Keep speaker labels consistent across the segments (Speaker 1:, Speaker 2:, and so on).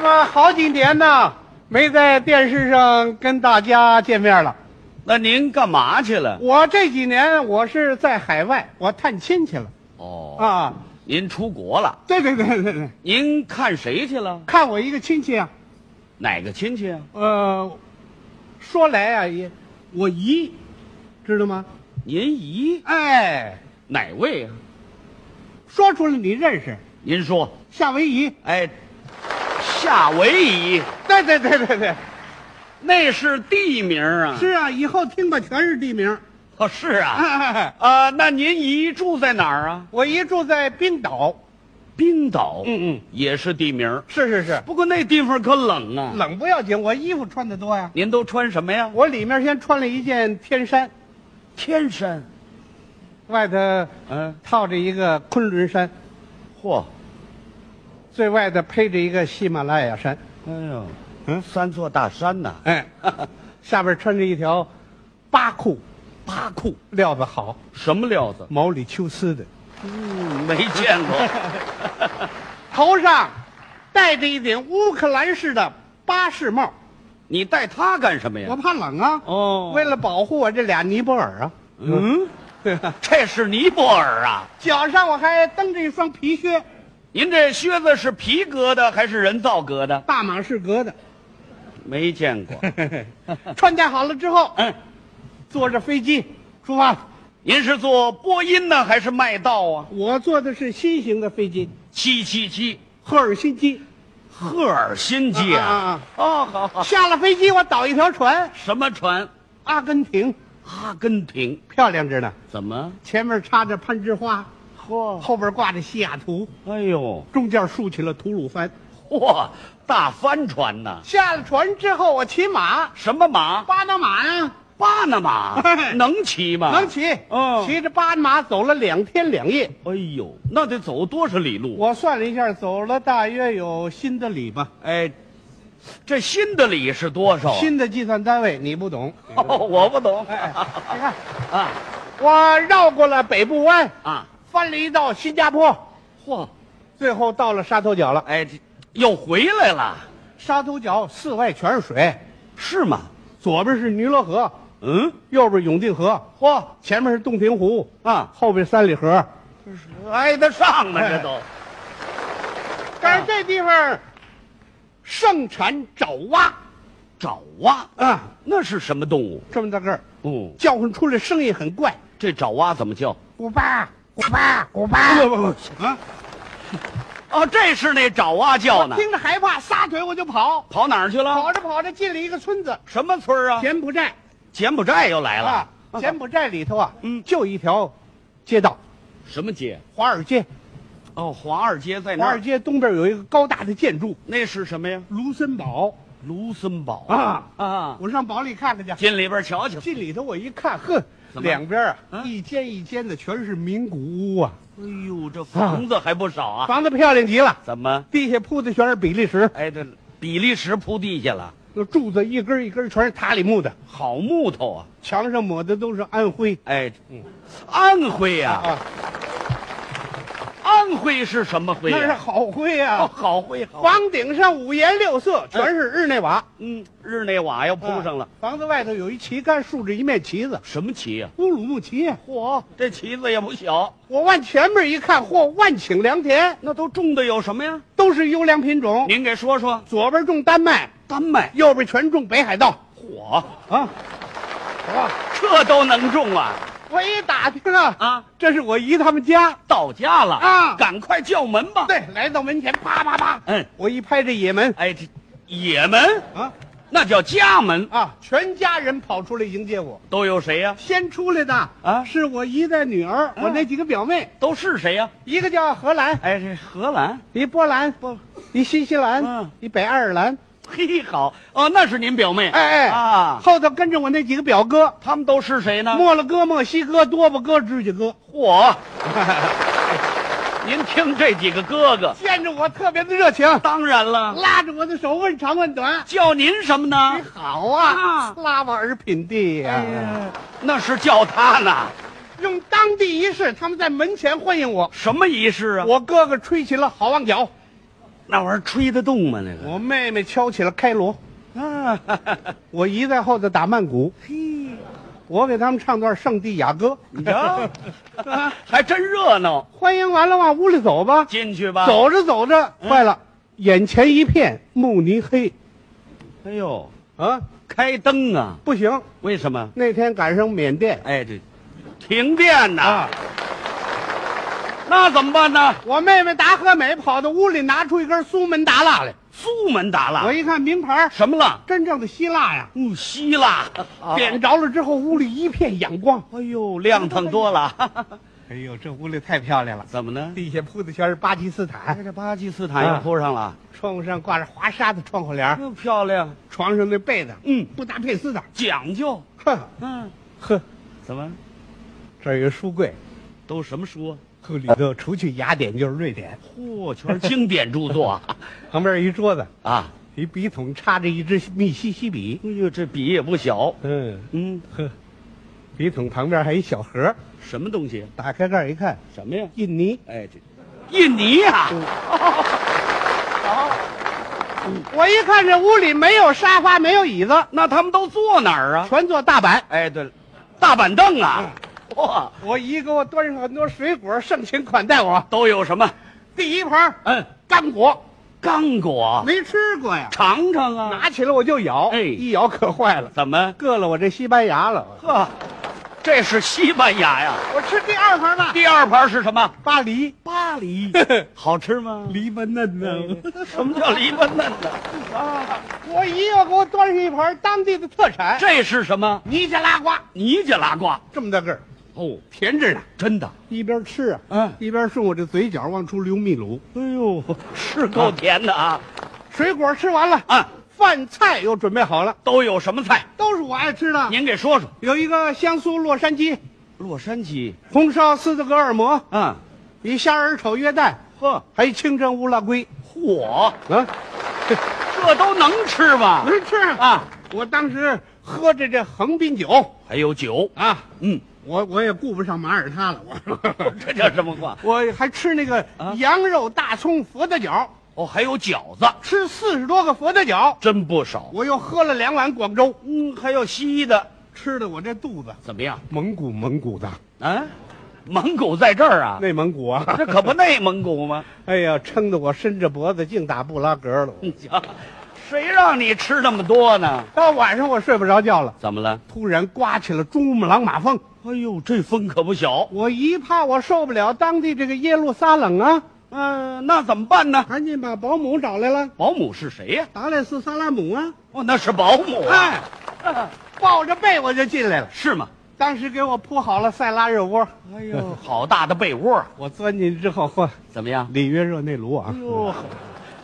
Speaker 1: 么好几年呢，没在电视上跟大家见面了。
Speaker 2: 那您干嘛去了？
Speaker 1: 我这几年我是在海外，我探亲去了
Speaker 2: 哦，
Speaker 1: 啊。
Speaker 2: 您出国了？
Speaker 1: 对对对对对，
Speaker 2: 您看谁去了？
Speaker 1: 看我一个亲戚啊，
Speaker 2: 哪个亲戚啊？
Speaker 1: 呃，说来啊也，我姨，知道吗？
Speaker 2: 您姨
Speaker 1: 哎，
Speaker 2: 哪位啊？
Speaker 1: 说出来你认识，
Speaker 2: 您说，
Speaker 1: 夏威夷。
Speaker 2: 哎，夏威夷
Speaker 1: 对对对对
Speaker 2: 啊
Speaker 1: 对，
Speaker 2: 那是地名啊？
Speaker 1: 是啊，以后听吧全是地名。
Speaker 2: 哦，是啊。
Speaker 1: 哎，
Speaker 2: 啊，那您姨住在哪儿啊？
Speaker 1: 我姨住在冰岛。
Speaker 2: 冰岛，
Speaker 1: 嗯嗯，
Speaker 2: 也是地名。
Speaker 1: 是是是，
Speaker 2: 不过那地方可冷啊。。
Speaker 1: 冷不要紧，我衣服穿的多呀。
Speaker 2: 您都穿什么呀？
Speaker 1: 我里面先穿了一件天衫，
Speaker 2: 天山。
Speaker 1: 外头
Speaker 2: 嗯，
Speaker 1: 套着一个昆仑山，
Speaker 2: 嚯，
Speaker 1: 最外头披着一个喜马拉雅山，
Speaker 2: 哎呦，
Speaker 1: 嗯
Speaker 2: 三座大山呐、
Speaker 1: 哎， 下边穿着一条巴裤，
Speaker 2: 八库
Speaker 1: 料子好，
Speaker 2: 什么料子？
Speaker 1: 毛里求斯的，
Speaker 2: 嗯，没见 过。
Speaker 1: 头上戴着一顶乌克兰式的巴士帽，
Speaker 2: 你带它干什么呀
Speaker 1: 我？怕冷啊，
Speaker 2: 哦
Speaker 1: 为了保护我这俩尼泊尔啊，
Speaker 2: 嗯，
Speaker 1: 对 吧？
Speaker 2: 这是尼泊尔啊！
Speaker 1: 脚上我还蹬着一双皮靴，
Speaker 2: 您这靴子是皮革的还是人造革的？
Speaker 1: 大马士革 的，
Speaker 2: 没见 过。
Speaker 1: 穿戴好了之后，
Speaker 2: 嗯，
Speaker 1: 坐着飞机出发了。
Speaker 2: 您是坐波音呢还是麦道啊？
Speaker 1: 我坐的是新型的飞机，
Speaker 2: 七七七，
Speaker 1: 赫尔辛基。
Speaker 2: 赫尔辛基啊！
Speaker 1: 啊啊啊
Speaker 2: 哦，好好。
Speaker 1: 下了飞机，我倒一条船，
Speaker 2: 什么船？
Speaker 1: 阿根廷，
Speaker 2: 阿根廷？
Speaker 1: 漂亮着呢。
Speaker 2: 怎么？
Speaker 1: 前面插着攀枝花，
Speaker 2: 嚯！
Speaker 1: 后边挂着西雅图，
Speaker 2: 哎呦，
Speaker 1: 中间竖起了吐鲁番。
Speaker 2: 嚯！大帆船呐！
Speaker 1: 下了船之后，我骑马，
Speaker 2: 什么马？
Speaker 1: 巴拿马呀、
Speaker 2: 巴拿 马
Speaker 1: 哎
Speaker 2: 能骑吗？
Speaker 1: 能骑。
Speaker 2: 啊哦
Speaker 1: 骑着巴拿马走了两天两夜，
Speaker 2: 哎呦，那得走多少里路？啊
Speaker 1: 我算了一下，走了大约有新的里吧。
Speaker 2: 哎，这新的里是多少啊？
Speaker 1: 新的计算单位你不懂，
Speaker 2: 哦，我不懂。
Speaker 1: 哎，你看，
Speaker 2: 啊
Speaker 1: 我绕过了北部湾，
Speaker 2: 啊，
Speaker 1: 翻了一道新加坡，
Speaker 2: 嚯，
Speaker 1: 最后到了沙头角了。
Speaker 2: 哎，这又回来了，
Speaker 1: 沙头角四外全是水，
Speaker 2: 是吗？
Speaker 1: 左边是尼罗河，
Speaker 2: 嗯，
Speaker 1: 右边永定河，
Speaker 2: 嚯
Speaker 1: 前面是洞庭湖，
Speaker 2: 啊，哎
Speaker 1: 后边三里河。
Speaker 2: 挨得上呢，这都。
Speaker 1: 但是这地方盛产爪哇
Speaker 2: 爪哇，
Speaker 1: 啊，
Speaker 2: 那是什么动物？
Speaker 1: 这么大个儿，
Speaker 2: 哦，
Speaker 1: 叫唤出来声音很怪，
Speaker 2: 这爪哇怎么叫？
Speaker 1: 古巴古巴古巴。
Speaker 2: 不不
Speaker 1: 啊！
Speaker 2: 哦，这是那爪哇叫呢
Speaker 1: 我。听着害怕，撒腿我就跑，
Speaker 2: 跑哪儿去了？
Speaker 1: 跑着跑着进了一个村子，
Speaker 2: 什么村儿啊？
Speaker 1: 柬埔寨
Speaker 2: 柬埔寨又来
Speaker 1: 啊
Speaker 2: 了。，
Speaker 1: 柬埔寨里头啊，
Speaker 2: 嗯
Speaker 1: 就一条街道，
Speaker 2: 什么街？
Speaker 1: 华尔街。
Speaker 2: 哦，华尔街在那
Speaker 1: 华尔
Speaker 2: 儿。
Speaker 1: 街东边有一个高大的建筑
Speaker 2: 那是什么呀？
Speaker 1: 卢森堡
Speaker 2: 卢森堡
Speaker 1: 啊
Speaker 2: 啊！
Speaker 1: 我上堡里看看去。
Speaker 2: 进里边瞧瞧。
Speaker 1: 进里头我一看，呵，
Speaker 2: 怎么
Speaker 1: 两边啊，
Speaker 2: 啊
Speaker 1: 一间一间的全是名古屋啊，
Speaker 2: 哎呦，这房子还不少啊！
Speaker 1: 房子漂亮极了，
Speaker 2: 怎么？
Speaker 1: 地下铺的全是比利时，
Speaker 2: 哎，这比利时铺地下了，
Speaker 1: 那柱子一根一根全是塔里木的，
Speaker 2: 好木头啊！
Speaker 1: 墙上抹的都是安徽
Speaker 2: 哎，安徽呀、
Speaker 1: 啊，
Speaker 2: 安徽是什么徽
Speaker 1: 那是
Speaker 2: 呀、
Speaker 1: 好灰啊
Speaker 2: 哦，。好徽好。
Speaker 1: 房顶上五颜六色，全是日内瓦，
Speaker 2: 嗯，日内瓦要铺上了，
Speaker 1: 啊房子外头有一旗杆，竖着一面旗子，
Speaker 2: 什么旗呀、
Speaker 1: 乌鲁木齐呀。
Speaker 2: 嚯，这旗子也不小，
Speaker 1: 我往前面一看，嚯，万顷良田，
Speaker 2: 那都种的有什么呀？
Speaker 1: 都是优良品种。
Speaker 2: 您给说说。
Speaker 1: 左边种丹麦，
Speaker 2: 丹麦，
Speaker 1: 右边全种北海道
Speaker 2: 嚯，
Speaker 1: 啊！哇！
Speaker 2: 这都能种啊！
Speaker 1: 我一打听啊，
Speaker 2: 啊，
Speaker 1: 这是我姨他们家。
Speaker 2: 到家了
Speaker 1: 啊
Speaker 2: 赶快叫门吧。
Speaker 1: 对，来到门前，啪啪啪，
Speaker 2: 嗯，
Speaker 1: 我一拍这野门
Speaker 2: 哎，这也门
Speaker 1: 啊
Speaker 2: 那叫家门，
Speaker 1: 啊，全家人跑出来迎接我。
Speaker 2: 都有谁呀、
Speaker 1: 先出来的
Speaker 2: 啊
Speaker 1: 是我姨的女儿，我那几个表妹，
Speaker 2: 都是谁呀、
Speaker 1: 一个叫荷兰，
Speaker 2: 哎，这荷兰，
Speaker 1: 一波兰，一新西兰
Speaker 2: 嗯，
Speaker 1: 一北爱尔兰。
Speaker 2: 嘿，好哦，那是您表妹，
Speaker 1: 哎哎
Speaker 2: 啊，
Speaker 1: 后头跟着我那几个表哥，
Speaker 2: 他们都是谁呢？
Speaker 1: 墨了哥、墨西哥、多巴哥、指甲哥，
Speaker 2: 嚯， 您听这几个哥哥，
Speaker 1: 见着我特别的热情，
Speaker 2: 当然了，
Speaker 1: 拉着我的手问长问短。
Speaker 2: 叫您什么
Speaker 1: 你
Speaker 2: 呢？
Speaker 1: 好啊
Speaker 2: 啊，
Speaker 1: 拉瓦尔品地呀、
Speaker 2: 哎呀，那是叫他呢，
Speaker 1: 用当地仪式，他们在门前欢迎我。
Speaker 2: 什么仪式啊？
Speaker 1: 我哥哥吹起了好望角，
Speaker 2: 那玩意儿吹得动吗？那个
Speaker 1: 我妹妹敲起了开锣，
Speaker 2: 啊， 哈哈哈
Speaker 1: 我姨在后头打曼谷，
Speaker 2: 嘿，
Speaker 1: 我给他们唱段《圣地亚哥
Speaker 2: 你 瞧，啊还真热闹》。，
Speaker 1: 欢迎完了，往屋里走吧。
Speaker 2: 进去吧。，
Speaker 1: 走着走着，
Speaker 2: 啊嗯
Speaker 1: 坏了，眼前一片慕尼黑
Speaker 2: 哎呦，
Speaker 1: 啊，
Speaker 2: 开灯啊？
Speaker 1: 不行，
Speaker 2: 为什么？
Speaker 1: 那天赶上缅甸
Speaker 2: 哎，对，停电呐、
Speaker 1: 啊，
Speaker 2: 那怎么办呢？
Speaker 1: 我妹妹达和美跑到屋里拿出一根苏门答腊来，
Speaker 2: 苏门答腊
Speaker 1: 我一看名牌儿，
Speaker 2: 什么了？
Speaker 1: 真正的希腊呀，
Speaker 2: 嗯，希腊
Speaker 1: 点
Speaker 2: 变，
Speaker 1: 着了之后，屋里一片阳光。
Speaker 2: 啊哎呦，亮堂多了。
Speaker 1: 哎呦，这屋里太漂亮了，
Speaker 2: 怎么呢？啊
Speaker 1: 地下铺的全是巴基斯坦，
Speaker 2: 哎这巴基斯坦也铺上了，
Speaker 1: 哎窗户上挂着华沙的窗户帘儿，
Speaker 2: 又漂亮，
Speaker 1: 床上那被子，
Speaker 2: 嗯
Speaker 1: 布达佩斯的，
Speaker 2: 讲究。
Speaker 1: 哼
Speaker 2: 嗯，
Speaker 1: 呵，
Speaker 2: 怎么
Speaker 1: 这儿有个书柜，
Speaker 2: 都什么书啊？
Speaker 1: 这里头除去雅典就是瑞典，
Speaker 2: 嚯，全是经典著作啊！
Speaker 1: 旁边有一桌子，
Speaker 2: 啊，
Speaker 1: 一笔筒插着一支密西西比，
Speaker 2: 哎呦，这笔也不小。
Speaker 1: 嗯，
Speaker 2: 嗯，
Speaker 1: 呵，笔筒旁边还有一小盒，
Speaker 2: 什么东西？
Speaker 1: 打开盖儿一看，
Speaker 2: 什么呀？
Speaker 1: 印尼。
Speaker 2: 哎，这嗯印尼啊呀、
Speaker 1: 我一看这屋里没有沙发，没有椅子，
Speaker 2: 那他们都坐哪儿啊？
Speaker 1: 全坐大板。
Speaker 2: 哎，对了，大板凳啊，哇，
Speaker 1: 我姨给我端上很多水果，盛情款待我。
Speaker 2: 都有什么？
Speaker 1: 第一盘儿
Speaker 2: 嗯，
Speaker 1: 干果，
Speaker 2: 刚果，
Speaker 1: 没吃过呀，
Speaker 2: 尝尝啊。
Speaker 1: 拿起来我就咬，
Speaker 2: 哎
Speaker 1: 一咬可坏了，
Speaker 2: 怎么？
Speaker 1: 硌了我这西班牙了。
Speaker 2: 呵，这是西班牙呀。
Speaker 1: 我吃第二盘吧，
Speaker 2: 第二盘是什么？
Speaker 1: 巴黎，
Speaker 2: 巴黎， 好吃吗？ 嗯
Speaker 1: 黎巴嫩呢。
Speaker 2: 什么叫黎巴嫩呢？
Speaker 1: 我姨要给我端上一盘当地的特产，
Speaker 2: 这是什么？
Speaker 1: 尼加拉瓜，
Speaker 2: 尼加拉瓜。
Speaker 1: 这么大个儿，
Speaker 2: 哦，
Speaker 1: 甜着呢。
Speaker 2: 真的。
Speaker 1: 一边吃啊，
Speaker 2: 嗯
Speaker 1: 一边顺我这嘴角往出流秘鲁。
Speaker 2: 哎呦，是够甜的啊！
Speaker 1: 水果吃完了，
Speaker 2: 啊，
Speaker 1: 饭菜又准备好了，
Speaker 2: 都有什么菜？
Speaker 1: 都是我爱吃的。
Speaker 2: 您给说说。
Speaker 1: 有一个香酥洛杉矶
Speaker 2: 洛杉矶。
Speaker 1: 红烧斯德哥尔摩，
Speaker 2: 啊，
Speaker 1: 一虾仁炒约旦，
Speaker 2: 呵，
Speaker 1: 还有清蒸乌拉圭。
Speaker 2: 嚯，
Speaker 1: 啊，
Speaker 2: 这都能吃吗？
Speaker 1: 能吃啊！
Speaker 2: 啊，
Speaker 1: 我当时喝着这横滨酒
Speaker 2: 还有酒。
Speaker 1: 啊，
Speaker 2: 嗯，
Speaker 1: 我我也顾不上马耳他了， 我
Speaker 2: 这叫什么话？
Speaker 1: 我还吃那个
Speaker 2: 啊
Speaker 1: 羊肉大葱佛跳脚，
Speaker 2: 哦，还有饺子，
Speaker 1: 吃四十多个佛跳脚，
Speaker 2: 真不少。
Speaker 1: 我又喝了两碗广州，
Speaker 2: 嗯，还有西的，
Speaker 1: 吃的我这肚子
Speaker 2: 怎么样？
Speaker 1: 蒙古蒙古的，
Speaker 2: 啊，蒙古在这儿啊？
Speaker 1: 内蒙古啊，
Speaker 2: 这可不内蒙古吗？
Speaker 1: 哎呀，撑得我伸着脖子净打布拉格了。
Speaker 2: 你瞧，谁让你吃那么多呢？
Speaker 1: 嗯到晚上我睡不着觉了，
Speaker 2: 怎么了？
Speaker 1: 突然刮起了珠穆朗玛峰，
Speaker 2: 哎呦，这风可不小。
Speaker 1: 我一怕我受不了当地这个耶路撒冷啊，
Speaker 2: 嗯、那怎么办呢？
Speaker 1: 赶紧把保姆找来了，
Speaker 2: 保姆是谁呀、
Speaker 1: 达赖斯萨拉姆啊，
Speaker 2: 哦，那是保姆啊。
Speaker 1: 哎，抱着被我就进来了，
Speaker 2: 是吗？
Speaker 1: 当时给我铺好了塞拉热窝，
Speaker 2: 哎呦，好大的被窝啊，
Speaker 1: 我钻进去之后，嚯，
Speaker 2: 怎么样？
Speaker 1: 里约热内卢啊
Speaker 2: 哎，呦，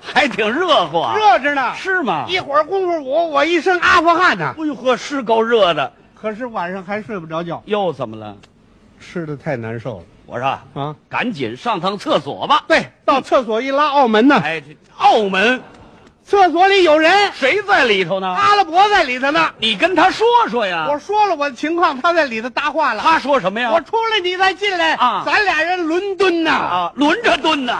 Speaker 2: 还挺热乎啊。
Speaker 1: 热着呢，
Speaker 2: 是吗？
Speaker 1: 一会儿功夫我我一身阿富汗呢，
Speaker 2: 哎呦呵，是够热的。
Speaker 1: 可是晚上还睡不着觉，
Speaker 2: 又怎么了？
Speaker 1: 吃的太难受了
Speaker 2: 我说，
Speaker 1: 啊。
Speaker 2: 赶紧上趟厕所吧。
Speaker 1: 对，到厕所一拉，澳门呢，
Speaker 2: 哎，这澳门
Speaker 1: 厕所里有人，
Speaker 2: 谁在里头呢？
Speaker 1: 阿拉伯在里头呢。
Speaker 2: 你跟他说啊说呀。
Speaker 1: 我说了我的情况，他在里头搭话了。
Speaker 2: 他说什么呀？
Speaker 1: 我出来，你再进来
Speaker 2: 啊
Speaker 1: 咱俩人伦敦呐。
Speaker 2: 啊，轮着蹲呢。